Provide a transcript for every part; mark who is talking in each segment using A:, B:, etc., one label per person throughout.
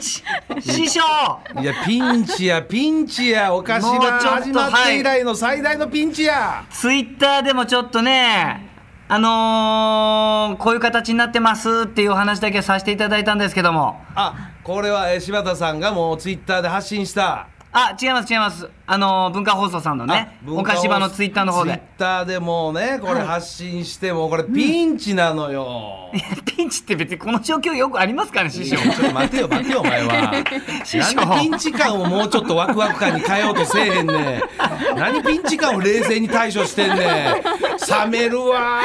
A: チ師匠
B: いやピンチやピンチやおかしな
A: もうちょっと
B: 始まって以来の最大のピンチや、
A: ツイッターでもちょっとねあのー、こういう形になってますっていうお話だけさせていただいたんですけども
B: あこれはえー柴田さんがもうツイッターで発信した
A: あ違います違いますあのー文化放送さんのね
B: あ
A: お菓子場のツイッターの方
B: ツイ
A: で
B: ッ ターでもうねこれ発信してもうこれピンチなのよ、
A: ピンチって別にこの状況よくありますかね師
B: ちょ
A: 匠
B: っと待てよ待てよお前は
A: 師匠
B: 何ピンチ感をもうちょっとワクワク感に変えようとせえへんねん何ピンチ感を冷静に対処してんねん冷めるわ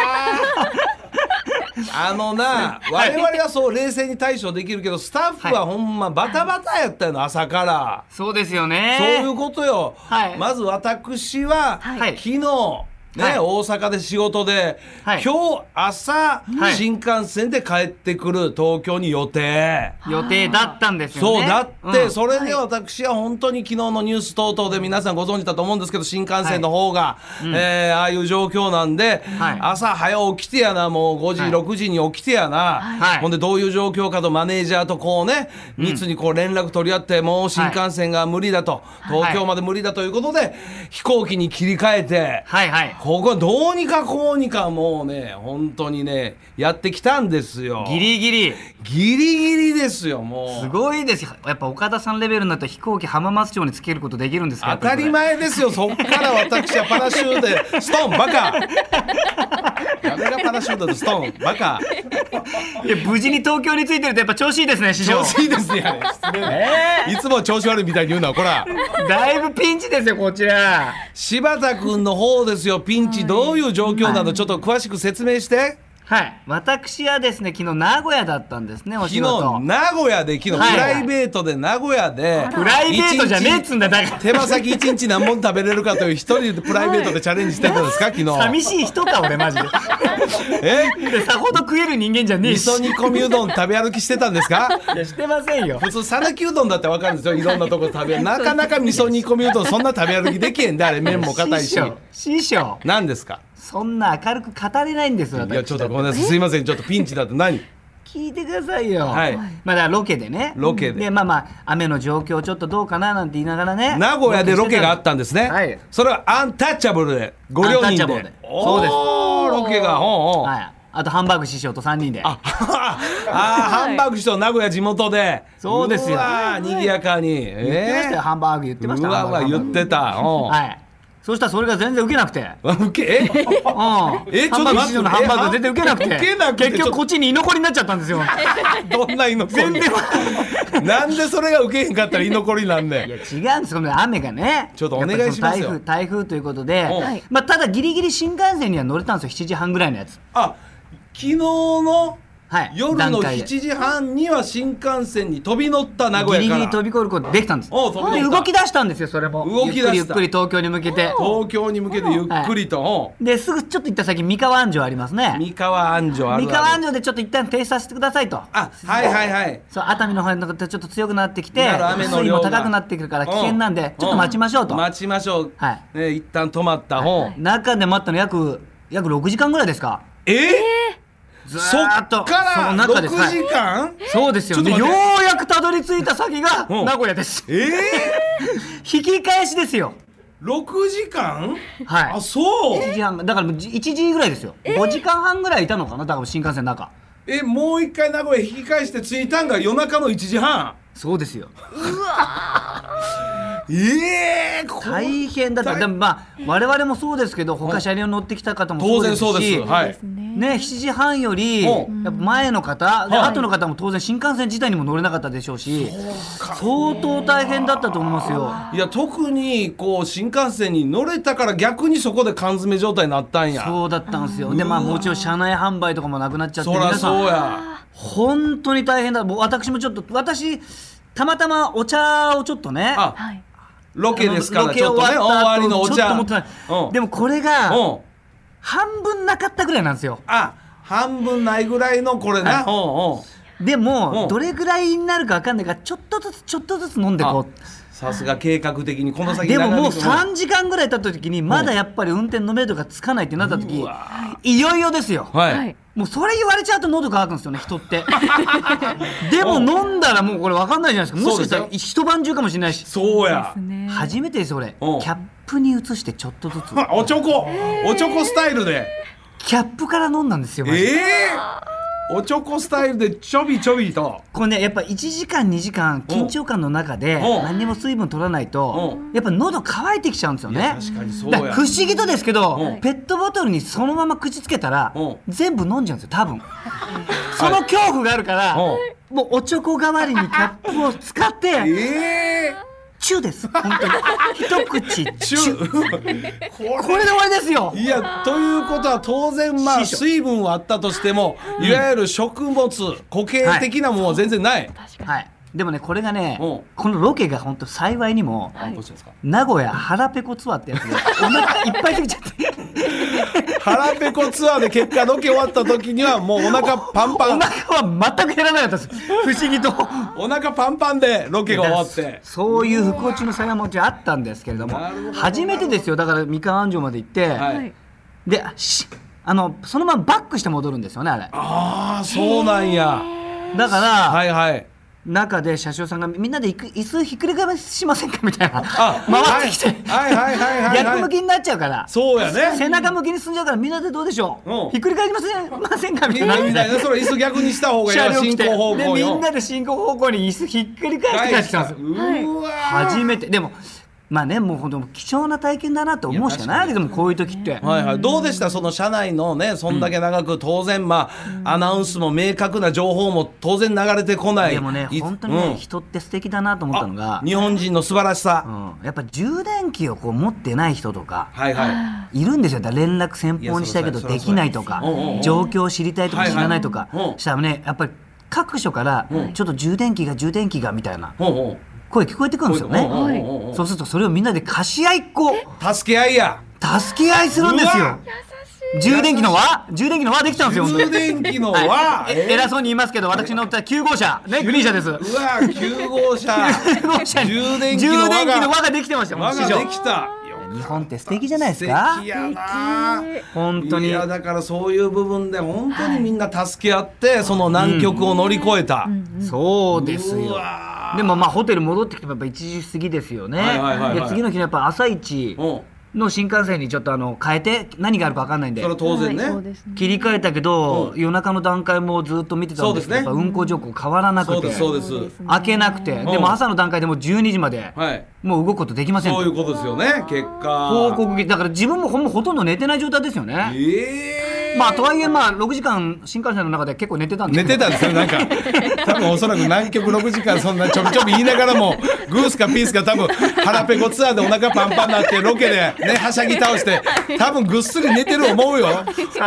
B: あのな我々はそう冷静に対処できるけどスタッフはほんまバタバタやったの朝から、
A: そうですよね
B: そういうことよ、
A: はい
B: まず私は、
A: はい
B: 昨日ね、
A: はい
B: 大阪で仕事で、
A: はい
B: 今日朝、
A: はい
B: 新幹線で帰ってくる東京に予定、
A: 予定だったんですよ
B: そう
A: ね
B: だって、
A: うん
B: それで私は本当に昨日のニュース等々で皆さんご存知だと思うんですけど新幹線の方が、えーああいう状況なんで、
A: はい
B: 朝早起きてやなもう5時、
A: はい
B: 6時に起きてやな、
A: はい
B: ほんでどういう状況かとマネージャーとこうね密にこう連絡取り合ってもう新幹線が無理だと、東京まで無理だということで、飛行機に切り替えて。
A: はいはい
B: ここはどうにかこうにかもうね本当にねやってきたんですよ
A: ギリギリ
B: ギリギリですよもう
A: すごいですよやっぱ岡田さんレベルになると飛行機浜松町につけることできるんですか
B: 当たり前ですよ、そっから私はパラシュートで、ストーン、バカ。誰がパラシュートでストーン、バカ。
A: いや無事に東京に着いてるとやっぱ調子いいですね師匠
B: 調子いいですね、あれ失礼ね
A: え
B: いつも調子悪いみたいに言うな、こら。
A: ーだいぶピンチですよこちら
B: 柴田君の方ですよ、ピンチ、どういう状況なの、ちょっと詳しく説明して。
A: はい私はですね昨日名古屋だったんですねお
B: 昨
A: 仕
B: 日、
A: 事
B: 名古屋で、昨日、プ
A: はい
B: ライベートで、名古屋で。
A: プライベートじゃねえっ
B: 一
A: つ
B: 日
A: んだだから
B: 手羽先一日何本食べれるかという一人でプライベートでチャレンジしてたんですか、昨日。
A: 寂しい人か俺マジ で
B: え
A: でさほど食える人間じゃねえ
B: 味
A: し
B: 噌煮込みうどん食べ歩きしてたんですか
A: いやしてませんよ
B: 普通讃岐うどんだってわかるんですよいろんなとこ食べなかなか味噌煮込みうどんそんな食べ歩きできへんであれ麺も硬い
A: 師
B: し
A: 匠師匠
B: 何ですか
A: そんな明るく語れないんですよ
B: い
A: 私
B: やちょっとごめんなさいすいませんちょっとピンチだって何
A: 聞いてくださいよ、
B: はい
A: まあ、だからロケでね
B: ロケで
A: でまあまあ雨の状況ちょっとどうかななんて言いながらね
B: 名古屋でロケがあったんですね、
A: はい
B: それはアンタッチャブルでご両
A: アンタッチ
B: 人
A: ャブル
B: で
A: でそうです
B: おーロケがほうほう、
A: はい、あとハンバーグ師匠と3人で
B: ああーハンバーグ師匠名古屋地元で
A: そうですよ
B: わー賑やかに
A: 言ってました
B: え
A: よ、ハンバーグ言って
B: ー
A: まし
B: う
A: た
B: わう
A: ハ
B: わ
A: ンバー
B: 言
A: グ
B: ってたうん
A: はいそしたらそれが全然受けなくて
B: ウケえ
A: う
B: え
A: ん、
B: ちょ
A: ハ
B: っ
A: ン
B: と
A: バーグ
B: 待って
A: 師匠のハンバーグ全然受けなく
B: え
A: て
B: 受けなくて
A: 結局こっちに居残りになっちゃったんで すよ
B: どんな居残り
A: 全然わ
B: なんでそれが受けへんかったら居残りなんね
A: い
B: ん
A: や違うんですこの雨がね
B: ちょっとお願いしますよ
A: やっぱりその台風台風ということで
B: うん
C: はい、
A: まあ、ただギリギリ新幹線には乗れたんですよ7時半ぐらいのやつ
B: あ昨日の
A: はい
B: 夜の
A: 段
B: 7
A: 階で
B: 時半には新幹線に飛び乗った名古屋
A: ギリ
B: か
A: ギ
B: ら
A: リ飛び越えることできたんです
B: おう飛び乗
A: で
B: った
A: 動き出したんですよそれも
B: 動き出した
A: ゆっくりゆっくり東京に向けて
B: 東京に向けてゆっくりと、
A: ですぐちょっと行った先三河安城あります
B: うん
A: ね
B: 三河安城あるある
A: 三河安城でちょっと一旦停止させてくださいと
B: あはいはいはい
A: そう熱海の方にちょっと強くなってきて
B: なる雨の
A: 水位
B: 量
A: も
B: が
A: 高くなってくるから危険なん
B: う
A: でちょっと待ちましょうと
B: ん待ちましょう、
A: は
B: ね、一旦止まった本、
A: 中で待ったの約約6時間ぐらいですか
B: え
A: ず
B: そ
A: ーっ
B: っ
A: と
B: か
A: そ
B: ら
A: の中
B: 6
A: ですはい
B: 時間、
A: そうですよね
B: ちょっ
A: よ
B: と
A: う
B: 待って
A: やくたどり着いた先が
B: うん
A: 名古屋です
B: ええ
A: 引き返しですよ
B: 6時間
A: はい
B: あそう
A: 1時半だからもう1時ぐらいですよ、5時間半ぐらいいたのかなだから新幹線の中
B: えもう一回名古屋引き返して着いたんが夜中の1時半
A: そうですよ
B: ええこ
A: 大変だった
B: 大
A: でもまあ我々もそうですけど他車両乗ってきた方もそうですし
B: 当然そうですはい
C: ですね。
A: ね、7時半よりやっ
B: う
A: ぱ前の方、で後の方も当然新幹線自体にも乗れなかったでしょうし相当大変だったと思いますよ
B: いや特にこう新幹線に乗れたから逆にそこで缶詰状態になったんや
A: そうだったんですよでまあもちろん車内販売とかもなくなっちゃって
B: そら
A: 皆さん
B: そうや
A: 本当に大変だもう私もちょっと私たまたまお茶をちょっとね
B: あ
C: はい。
B: ロケですか
A: ロ
B: ら
A: ケ
B: ちょっ
A: 終
B: と
A: わっ
B: ね
A: た
B: 大
A: 後
B: わりのお
A: ちょっ
B: 茶
A: と持ってないでもこれが
B: うんうん
A: 半分なかったぐらいなんですよ
B: あ半分ないぐらいのこれな、うんうん
A: で
B: う
A: も
B: ん
A: どれぐらいになるか分かんないからちょっとずつちょっとずつ飲んでこう
B: さすが計画的にこの先
A: でももう
B: 長引くの
A: 3時間ぐらい経った時にまだやっぱり運転のめどがつかないってなった時
B: うわ
A: いよいよですよ
B: はい、
C: はい
A: もうそれ言われちゃうと喉乾くんですよね人って でも飲んだらもうこれ分かんないじゃないですかもしかしたら
B: そうで
A: 一晩中かもしれないし
B: そうや
C: ですね。
A: 初めてです俺キ
B: う
A: ャ
B: ん
A: ップに移してちょっと ずつ
B: おちょこおちょこスタイルで
A: キャップから飲んだんですよマジで
B: ええおちょこスタイルでちょびちょびと
A: これねやっぱ1時間2時間緊張感の中で
B: お
A: 何にも水分取らないと
B: お
A: やっぱ喉乾いてきちゃうんですよ
B: いや
A: ね
B: 確かにそう
A: だから
B: や
A: 不思議とですけど
B: うん
A: ペットボトルにそのまま口つけたら
B: うん
A: 全部飲んじゃうんですよ多分その恐怖があるから
B: う
A: もうおちょこ代わりにキャップを使って
B: ええ
A: チューです本当に一口チ
B: チ
A: ュ
B: ュ
A: ー
B: ーこ
A: これで終わりですよ
B: れいやということは当然まあ
A: 師匠
B: 水分はあったとしてもいわゆる食物固形的なものは全然ない、
A: はいでもねこれがね
B: お
A: このロケが本当幸いにも
B: あどうしたんですか
A: 名古屋腹ペコツアーってやつでお腹いっぱいすぎちゃって
B: 腹ペコツアーで結果ロケ終わった時に はもうお腹パンパ
A: お
B: ン
A: 腹は全く減らなかったです不思議と
B: お腹パンパンでロケが終わって
A: そういう不幸中の幸いももちろんあったんですけれども
B: なるほど
A: 初めてですよだからみかん安城まで行って、
B: はい
C: はい。
A: でしあのそのままバックして戻るんですよねあれ
B: ああそうなんや
A: だから、
B: はいはい
A: 中で車掌さんがみんなで行く椅子ひっくり返しませんかみたいな
B: あ
A: 回ってきて、
B: はいはいはいはいはい
A: 逆向きになっちゃうから
B: そうやね
A: 背中向きに進んじゃうからみんなでどうでしょ
B: うん
A: うひっくり返しませんませんかみ
B: み
A: た
B: ん
A: いな
B: なみたいなそれ椅子逆にした方がいいわ
A: 車両来
B: 進
A: て
B: 行方向
A: でみ
B: よ
A: んなで進行方向に椅子ひっくり返して帰ってきたんですよ
B: うーわ
A: 初めてでもまあねもう本当貴重な体験だなと思うしかないわけでもこういう時って、
B: はいはい、どうでしたその社内のねそんだけ長く、当然まあアナウンスも明確な情報も当然流れてこない
A: でもね
B: い
A: 本当にね、
B: うん
A: 人って素敵だなと思ったのが
B: あ、日本人の素晴らしさ、
A: うん、やっぱ充電器をこう持ってない人とか
B: はいはい
A: いるんですよだから連絡先方にしたいけど
B: いやそり
A: で
B: ゃ
A: きないとか
B: そりゃそうですうんうんうん
A: 状況を知りたいとか
B: はい
A: 知
B: はい
A: らないとか、
B: うん
A: したらねやっぱり各所から
B: うん
A: ちょっと充電器が充電器がみたいな
B: ほうほ
A: 声聞こえてくるんですよね、
B: うんうんうんうんうん
A: そうするとそれをみんなで貸し合いっこ
B: う助け合いや
A: 助け合いするんです
B: う
A: よ
B: わ
A: 充電器の輪充電器の輪できたんですよ本当に
B: 充電器の輪、
A: はい、え
B: え
A: 偉そうに言いますけど私乗った9号車ねグリーン車です
B: うわ9号 車
A: 9号車に
B: 充電器の輪が
A: 充電器の輪ができてましたもん
B: 輪が
A: 師匠
B: できた
A: 日本って素敵じゃないです
B: 素
A: か
B: 敵やな
A: 本当に
B: いやだからそういう部分で本当にみんな助け合って、その難局を乗り越えた、
A: そうです
B: う
A: よ
B: わ
A: でもまあホテル戻ってきてもやっぱ1時過ぎですよね、
B: はいはいはいはい
A: で次の日のやっぱ朝一
B: うん
A: の新幹線にちょっとあの変えて何があるか分かんないんで
B: それは当然ね、
C: はいそうですね。
A: 切り替えたけど、
B: うん
A: 夜中の段階もずっと見てたんですけど
B: そうですね
A: やっぱ運行状況変わらな
B: そ
A: く
B: うで
A: て
B: すそうです
C: そうですね
A: 開けなくて、
C: うん
A: でも朝の段階でもう12時まで、
B: はい
A: もう動くことできませんと
B: そういうことですよね結果
A: 報告劇だから自分もほんほとんど寝てない状態ですよね。
B: ええ
A: まあとはいえまあ6時間新幹線の中で結構寝てたんで
B: 寝てたんですよ なんか多分おそらく南極6時間そんなちょびちょび言いながらもグースかピースか多分腹ペコツアーでお腹パンパンになってロケでねはしゃぎ倒して多分ぐっすり寝てる思 うよ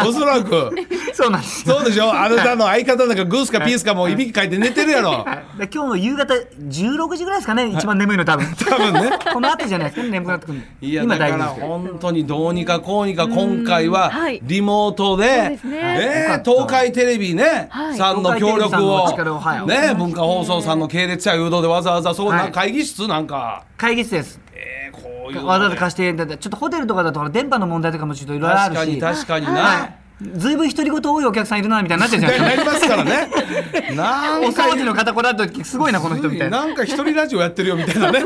B: おそらく
A: そうなんですよ
B: そうでしょあなたの相方なんかグースかピースかもういびきかいて寝てるや ろ
A: で今日の夕方16時ぐらいですかね一番眠いの多分
B: 多分ね
A: この後じゃないですかね眠くなってくるの
B: いや
A: 今
B: だか
A: 大
B: ら
A: 丈夫ですけど
B: 本当にどうにかこうにか今回は
C: はい
B: リモート
C: そう
B: で
C: ですね
B: え
A: よか
B: ー
A: った
B: 東海テレビね
C: はい
B: さんの協
A: 東海テレビさ
B: 力
A: んのお
B: を
A: 力をはい
B: ね文化放送さんの系列者誘導でわざわざそう
A: は
B: ない会議室なんか
A: 会議室です
B: えーこういうのね
A: わざわざ貸していただいてちょっとホテルとかだとほら電波の問題とかもちょっといろいろ
B: 確
A: ある
B: か
A: し
B: に確かに
A: は
B: ない
A: ずいぶん独り言多いお客さんいるなみたいになってるじゃない
B: な
A: です
B: りますからねなん
A: かお
B: か
A: 掃除の方こだわった時すごいなこの人みたいな
B: なんか一人ラジオやってるよみたい なね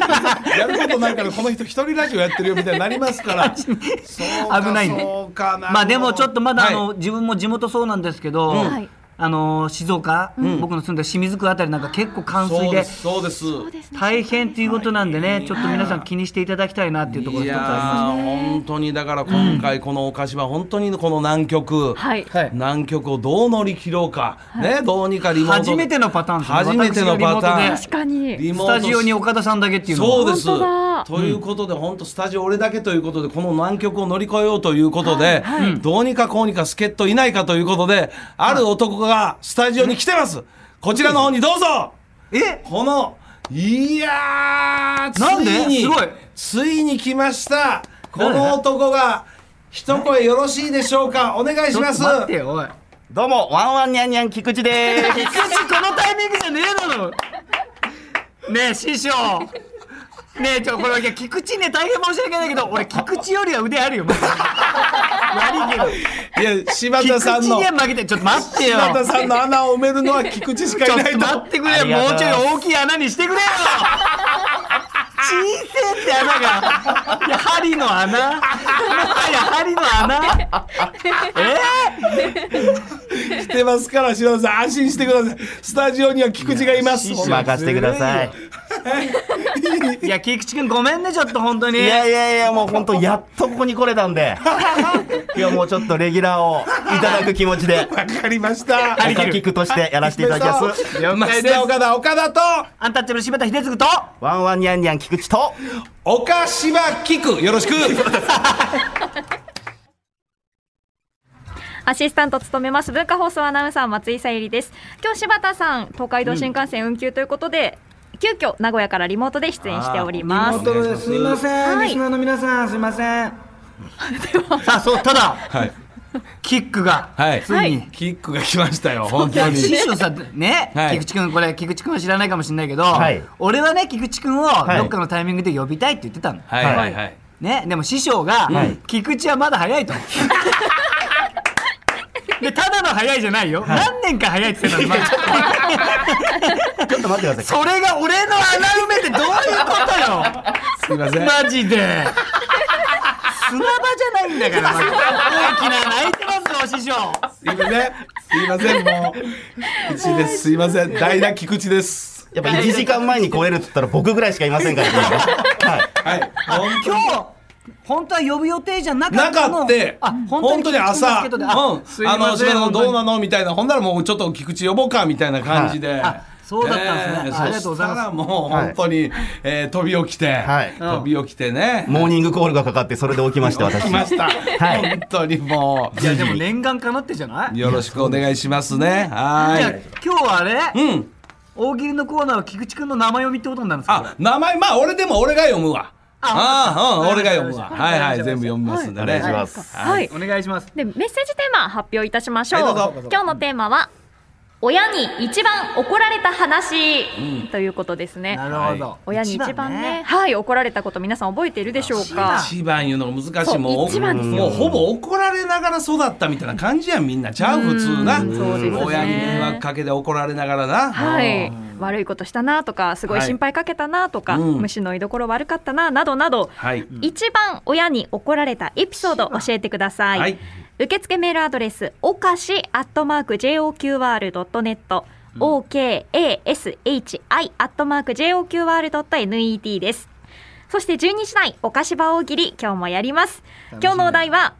B: やることないからこの人一人ラジオやってるよみたいになりますからそうか
A: 危ないんで
B: そうかな
A: まあでもちょっとまだあの、
B: はい
A: 自分も地元そうなんですけど、
C: はい
A: あの静岡、僕の住んでる清水区あたりなんか結構冠
B: そう
A: 水
B: で
A: です
B: そうです
C: そうですね。
A: 大変ということなんでね、ちょっと皆さん気にしていただきたいなっていうところ
B: い
A: で
B: や
A: ございま
B: ー本当にだから今回このお菓子は本当にこの難局、
C: はい。
A: す。はい、
B: 難局をどう乗り切ろうか、ねどうにかリモートで
A: 初めてのパターンですね。
B: 初めてのパターン
A: 私
C: 確かに。
B: リ
A: がリモ
B: モート
A: ートでスタジオに岡田さんだけっていうのは
B: そうです
C: 本当だ
B: ということで、本当スタジオ俺だけということでこの難局を乗り越えようということで、どうにかこうにか助っ人いないかということである男がスタジオに来てます、こちらの方にどうぞ
A: え
B: このいやーつ
A: なんで
B: いに
A: すごい
B: ついに来ましたこ
A: 誰
B: の男が一声よろしいでしょうかお願いし
A: ちょ
B: ま
A: っ
B: す
A: と待ってよおい
C: どうも、ワンワンニャンニャン菊池でー
A: 菊
C: す。
A: 池このタイミングじゃねえだろねえ師匠ねえちょこれいや菊池ね大変申し訳ないけど俺菊池よりは腕あるよマジ で悪い
B: いや柴
A: けど
B: 田さん
A: 菊池
B: の
A: には
B: 柴
A: 負けてちょっと待ってよ
B: 田さんの穴を埋めるのは菊池しか
A: ちょ
B: い
A: っ
B: ない
A: と
B: と
A: 待ってくれよもうちょい大きい穴にしてくれよ小せえって穴がいや針の穴もはや針の穴
B: 来てますから柴田さん安心してくださいスタジオには菊池がいます
A: いや
B: もう
C: 任せてください。
A: いや菊池君ごめんねちょっと本当に
C: いやいやいや、もう本当やっとここに来れたん で。いや、もうちょっとレギュラーをいただく気持ちで、
B: わかりました
C: おかきくとしてやらせていただきます。
A: 了解
B: 増
A: です
B: 田岡田岡田と
A: アンタッチャブル柴田秀嗣と
C: ワンワンニャンニャン菊池と、
B: 岡島菊よろしく
D: アシスタント務めます文化放送アナウンサー松井さゆりです今日柴田さん東海道新幹線運休ということで、急遽名古屋からリモートで出演しております
A: 本当ですいません、
D: はい
A: リスナーの皆さんすいません さあそうただ
B: はい
A: キックが、
B: はい
A: ついに、
B: キックが来ましたよ本当に
A: 師匠さね、
B: はい
A: 菊池君これ菊池君は知らないかもしれないけど、
C: はい
A: 俺はね菊池君を
C: い
A: どっかのタイミングで呼びたいって言ってたの、
B: はいはいはい
A: ね、でも師匠が、
C: はい
A: 菊池はまだ早いと。 でただの早いじゃないよ、何年か早いって言ってたの、まだ
C: ちょっと待ってください。
A: それが俺の穴埋めってどういうことよ
B: すいま せん
A: マジで砂場じゃないんだからマジで 大きな泣いてますよ師匠
B: すいませんすいませんもう一ですすいません代打菊池です
C: やっぱ1時間前に超えるって言ったら僕ぐらいしかいませんからね。はい。
B: はい
A: 今日本当は呼ぶ予定じゃなかったの
B: なかって
A: あ
B: 本
A: 本
B: 当
A: 当
B: に
A: に
B: 朝、
A: 聞
B: う
A: いたんですけど
B: ん、
A: で
B: あ
A: あすい
B: の
A: ません
B: 島のどうな
A: 本
B: のみたいな、ほんならもうちょっと菊池呼ぼうかみたいな感じで。
A: あそうだったんですね
B: ええ
A: あありがとうござい
B: そした
A: ます
B: らもう本当に、えー飛び起きて、
C: はい
B: 飛び起きてね。
C: モーニングコールがかかって、それで起きました、
B: 起
C: 私
B: き。ました。
C: い
B: 本当にも
A: 当にいやでも念願かなってじゃな
B: う、
A: い
B: よろしくお願いしますね。は
A: じゃあ
B: い。
A: 今日はあれ、
B: うん。
A: 大喜利のコーナーは菊池君の名前読みってことになるんですかこれ
B: あ、名前、まあ、俺でも俺が読むわ。あ
A: あ
B: あ、うん、
A: わか
B: 俺
A: りま
B: が読
A: した
B: むわ。
A: わか
B: はいはい、
A: りました
B: 全部読みますんでね。
C: お願いします
D: はい
A: お願いします
D: でメッセージテーマ発表いたしましょう,、
B: はいどうぞ
D: 今日のテーマは親に一番怒られた話、ということですね
A: なるほど、
D: 親に一番ねはい怒られたこと皆さん覚えているでしょうか
B: 一番言うのが難し
D: そ
B: い。
D: う
B: もう、
D: 一番ですよ
B: もうほぼ怒られながら育ったみたいな感じやん、みんな。ちゃう、普通な。
D: うんそうですね
B: 親に迷惑かけて怒られながらな。
D: はい、悪いことしたなとかすごい
B: はい
D: 心配かけたなとか、
B: うん
D: 虫の居所悪かったななどなど、
B: はい。
D: 一番親に怒られたエピソード教えてください、
B: はい
D: 受付メールアドレスおかし @joqr.net okashi アットマーク joqr.net ですそして12時台お菓子場大喜利今日もやります
A: 楽しみだ
D: 今日のお題は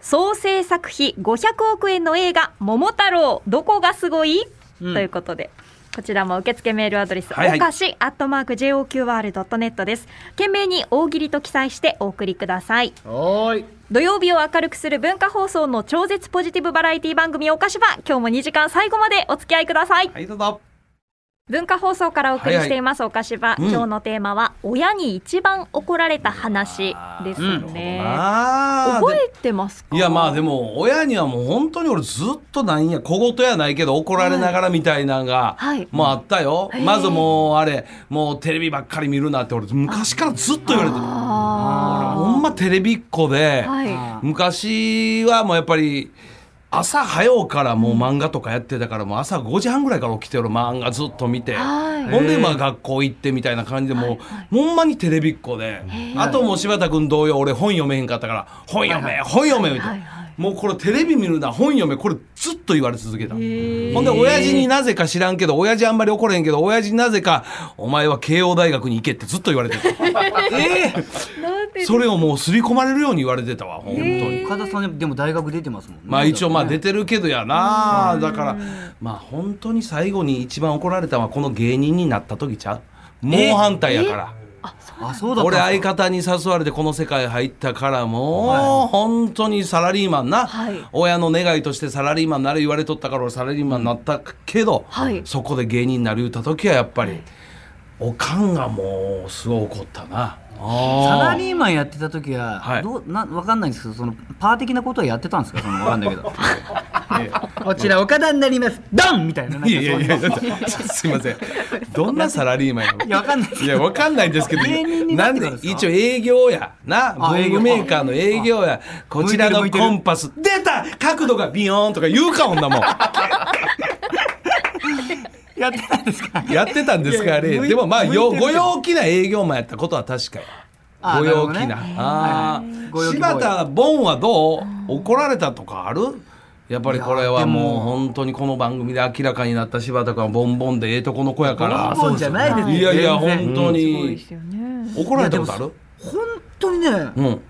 D: 総制作費500億円の映画桃太郎どこがすごい、
A: うん
D: ということでこちらも受付メールアドレス、
B: はいはい
D: おかしアットマーク JOQR.net です懸命に大喜利と記載してお送りください
A: おーい
D: 土曜日を明るくする文化放送の超絶ポジティブバラエティ番組おかしば今日も2時間最後までお付き合いください
B: はい、どうぞ。
D: 文化放送からお送りしています、おかしば、
B: うん
D: 今日のテーマは親に一番怒られた話ですね、
B: あ
D: 覚
B: あ。
D: えてますか
B: いやまあでも親にはもう本当に俺ずっとなんや小言やないけど怒られながらみたいなんが
D: はい
B: もうあったよ、
D: へー
B: まずもうあれもうテレビばっかり見るなって俺昔からずっと言われてる
D: あ
B: ほんまテレビっ子で、
D: ーはい
B: 昔はもうやっぱり朝早うからもう漫画とかやってたからもう朝5時半ぐらいから起きてる漫画ずっと見て、
D: はい
B: ほんでまあ学校行ってみたいな感じでもう、ほんまにテレビっ子で、あともう柴田君同様俺本読めへんかったから本読め、本読めみたいな、
D: はいはい
B: もうこれテレビ見るな本読めこれずっと言われ続けた。ほんで親父になぜか知らんけど親父あんまり怒れへんけど親父になぜかお前は慶応大学に行けってずっと言われて たえー
D: なんで
B: それをもう刷り込まれるように言われてたわ本当に。
A: 岡田さんでも大学出てますもんね
B: まあ一応まあ出てるけどやな、だからまあ本当に最後に一番怒られたのはこの芸人になった時ちゃう猛反対やから。
A: あそうだった
B: 俺相方に誘われてこの世界入ったからもう本当にサラリーマンな、
D: はい
B: 親の願いとしてサラリーマンになれ言われとったから俺サラリーマンになったけど、
D: はい
B: そこで芸人になり言った時はやっぱり、おかんがもうすごい怒ったな
A: サラ
B: あー
A: リーマンやってた時は、
B: はい
A: どうなわかんないんですけどそのパー的なことはやってたんですかそのわかんないけど
B: え
A: こちら岡田になりますドンみたいななんか
B: い
A: そ
B: や
A: う
B: い
A: い
B: や
A: う
B: いやだってすいませんどんなサラリーマンやろ
A: いやわかんないです
B: いや、わかんないんですけど、
A: 芸人にな
B: な
A: っ
B: ん
A: てか
B: で
A: らですか
B: 一応営業や、な、
A: あ
B: 文具メーカーの営業や、こちら
A: 向
B: の
A: いてる
B: コ
A: 向いてる
B: ンパス、出た角度がビヨーンとか言うか、女もん。
A: やってたんですか
B: やってたんです
A: いや
B: か、あれ。
A: 向い
B: でもまあ、よ
A: 向いてる
B: ご陽気な営業マンやったことは確かや。
A: あ
B: ご陽気
A: なる
B: な
A: ほどね。
B: あ
A: はいご
B: ー
A: 陽気
B: 柴田ボンはどう怒られたとかあるやっぱりこれはもう本当にこの番組で明らかになった柴田君はボンボンでええとこの子やから
A: ボンボンじゃないですよ
B: いやいや本
A: 全然
B: 当
D: すごいで
B: に
D: すよね。
B: 怒られたことあ
A: いや
B: る
A: 本当にね、
B: うん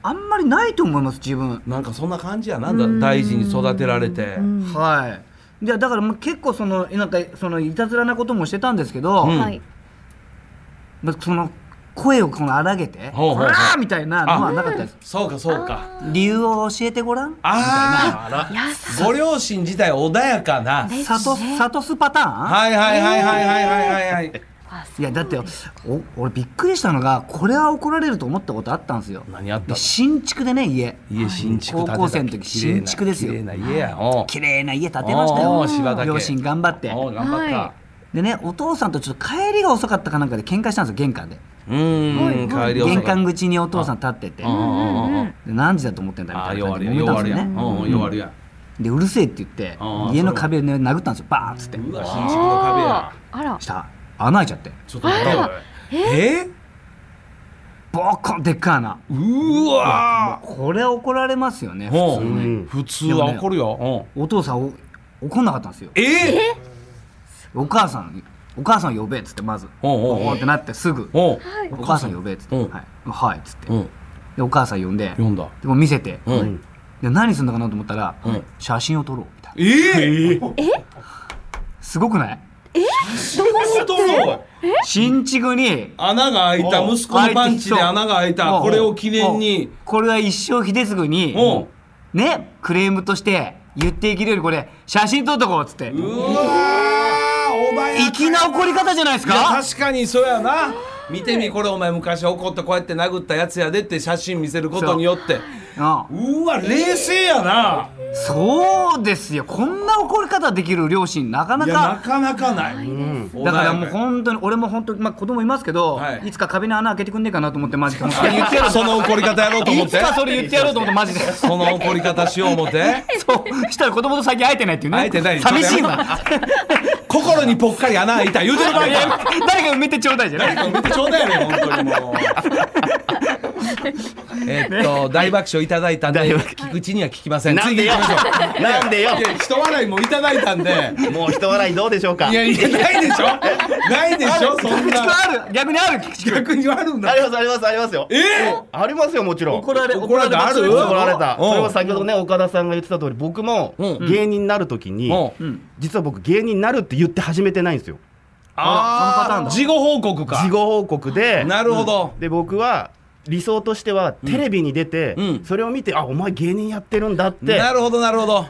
A: あんまりないと思います自分
B: なんかそんな感じやな、だ大事に育てられて。
A: はいいやだからもう結構そのなんかそのいたずらなこともしてたんですけど、
B: うん
D: はい。
A: まあその声をこの荒げて「
B: ほうほうほう
A: こら!」みたいなのはなかったです
B: そうかそうか。
A: 理由を教えてごらん
B: あ
D: やさ
B: あ、ご両親自体穏やかな。
D: です
A: サトス
D: ね
A: サトスパターン、
B: はいはいはいはいはいはいはいはい。
D: あ
A: いやだってお俺びっくりしたのがこれは怒られると思ったことあったんですよ
B: 何あった
A: で
B: の？
A: 新築でね家
B: 家新築建てた
A: 高校生の時新築ですよ
B: 綺麗な綺麗な家や。おう
A: 綺麗な家建てました
B: おー柴田
A: よ
B: 家
A: 両親頑張って
B: おう頑張った。
D: は
A: でねお父さんとちょっと帰りが遅かったかなんかで喧嘩したんですよ玄関で
B: うーん帰り遅か
A: 玄
B: った
A: 関口にお父さん立ってて
B: うんうんうんうん。
A: で何時だと思ってんだみ
B: あ
A: た
B: あ
A: いな
B: 弱
A: 感
B: る
A: じ
B: や
A: で揉めた
B: 弱るや。うんう
A: んですよね
B: ん弱るや。
A: でうるせえって言って
B: ああ
A: 家の壁をね殴ったんですよバーンっつって
B: うわ新築の壁や
D: あ。ー。あら。
A: したら穴開いちゃって
B: ちょっと待ってよ。えー？
A: ボコンでっかい穴
B: うわ
A: これは怒られますよね
B: ー。お
A: 普
B: う
A: 通
C: ん
B: 普通は怒るよ。おう
A: お父さんお怒んなかったんですよ
B: えー？
A: お母さんお母さん呼べっつってまず
B: おうおう
A: お
B: お
A: ー
B: う
A: ってなってすぐ
B: おう。
A: お母さん呼べっつって「
B: うん
A: はいはい」っつって
B: うん。
A: でお母さん呼んで
B: 読んだ。
A: でも見せて
B: うん。
A: で何するのかなと思ったら
B: うん
A: 写真を撮ろうみたいな
B: ええー。
A: すごくない
B: 本当の
A: 新築に
B: 穴が開いた息子のパンチで穴が開いた
A: そう
B: これを記念に
A: そうこれは一生秀次
B: お
A: に
B: う
A: ねクレームとして言っていけるよりこれ写真撮っとこうっつって
B: うわーお前や
A: 粋な怒り方じゃないです
B: いや
A: か
B: 確かにそうやな見てみこれお前昔怒ってこうやって殴ったやつやでって写真見せることによって
A: うん
B: うわ冷静やな
A: そうですよこんな怒り方できる両親なかない
B: やな
A: か
B: かなかない
A: だからもう
B: う
A: 本当に俺も本当にまあ子供いますけど、
B: はい
A: い、つか壁に穴開けてくんねえかなと思ってマジで本当に言ってやろうと
B: その怒り方やろうと思
A: い
B: って
A: つかそれ言ってやろうと思ってマジでそ
B: その怒り方しよう思って
A: うしたら子供と最近会えてないっていうね
B: 会えてない
A: 寂しいわ
B: 心にぽっかり穴開いた言うてる場合
A: い
B: か
A: や誰か埋めてちょうだいじゃない
B: 見てちょうだいよね本当にもう。えっと大爆笑いただいたんで
C: 大爆
B: 聞くうちには聞きません。
C: なんで
B: 次
C: よ
B: 行きましょ
C: なんでよ
B: う。いや人笑いもいただいたんで。
C: もう人笑いどうでしょうか
B: いやいやないでしょ。ないでしょそん
A: 菊池
B: な。
A: 君ある逆にある菊池君
B: 逆にあるん
C: あ
B: だ。
C: りますありますありますよ
B: えー
C: ありますよもちろん
A: 怒られ
B: 怒られた
A: ます
B: ある
C: 怒られた
B: うん
C: それは先ほどね岡田さんが言ってた通り僕も
B: うん
C: 芸人になるときに
B: もう
A: うん
C: 実は僕芸人になるって言って始めてないんですよ
A: あらそのパターンだ
B: 事後報告か。
C: 事後報告で
B: なるほど。
C: で僕は理想としてはテレビに出て、
B: うん
C: それを見てあお前芸人やってるんだって
B: なるほどなるほど。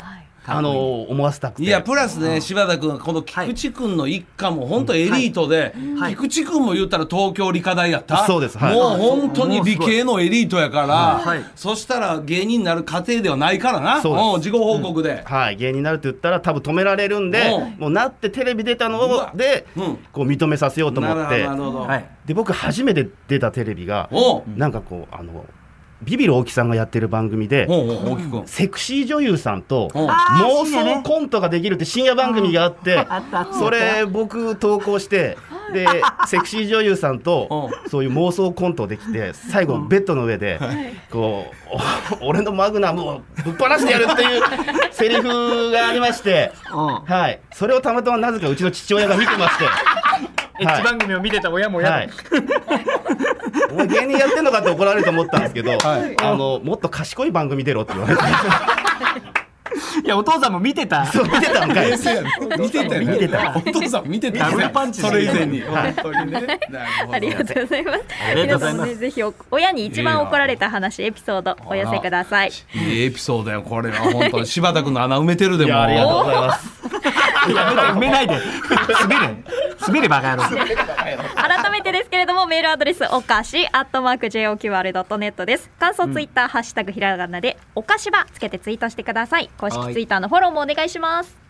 C: あの思わせたくて
B: いやプラスね柴田君この菊池君の一家も本当エリートで、
A: はい
B: 菊池君も言ったら東京理科大やった
C: そうですはい
B: もう本当に理系のエリートやから、
A: はい
B: そしたら芸人になる過程ではないからな
C: そうです
B: ん事後報告で、
C: はい芸人になるって言ったら多分止められるんで
B: うん
C: もうなってテレビ出たの
B: う
C: を
B: わ
C: で、
B: うん
C: こう認めさせようと思
B: な
C: って
B: るほどなるほど、
A: はい
C: で僕初めて出たテレビが
B: おう
C: なんかこうあのビビる大木さんがやってる番組で
B: おうおう大木君
C: セクシー女優さんと
B: おう
A: あー
C: 妄
A: 深夜ね
C: 想コントができるって深夜番組があって
A: あったあった
C: それ僕投稿してでセクシー女優さんとそういう妄想コントできて最後ベッドの上でこうお 俺のマグナムをぶっ放してやるっていうセリフがありまして
A: うん
C: はいそれをたまたまなぜかうちの父親が見てまして。
A: エッチ番組を見てた親もやだ
C: はい、お前芸人やってんのかって怒られると思ったんですけど、
B: はい
C: あのもっと賢い番組出ろって言われて
A: いやお父さんも見てた
C: そう見てたんかい
B: 冷静やね見てたよね
C: 見てた
B: お父さん見てた
A: ダブルパンチ
B: それ以前に
C: は
B: 本当にねなるほど
D: ありがとうございます。
A: ありがとうございます
D: 皆さんもねぜひお親に一番怒られた話エピソードお寄せください。
B: いいエピソードやこれは本当に柴田君の穴埋めてるで
C: い
B: も
C: やありがとうございます
A: やめて埋めないで滑る滑れバカ野郎。
D: 改めてですけれどもメールアドレスおかしアットマーク JOQR.net です感想ツイッター、ハッシュタグひらがなでおかしばつけてツイートしてください公式
A: はい
D: ツイッターのフォローもお願いします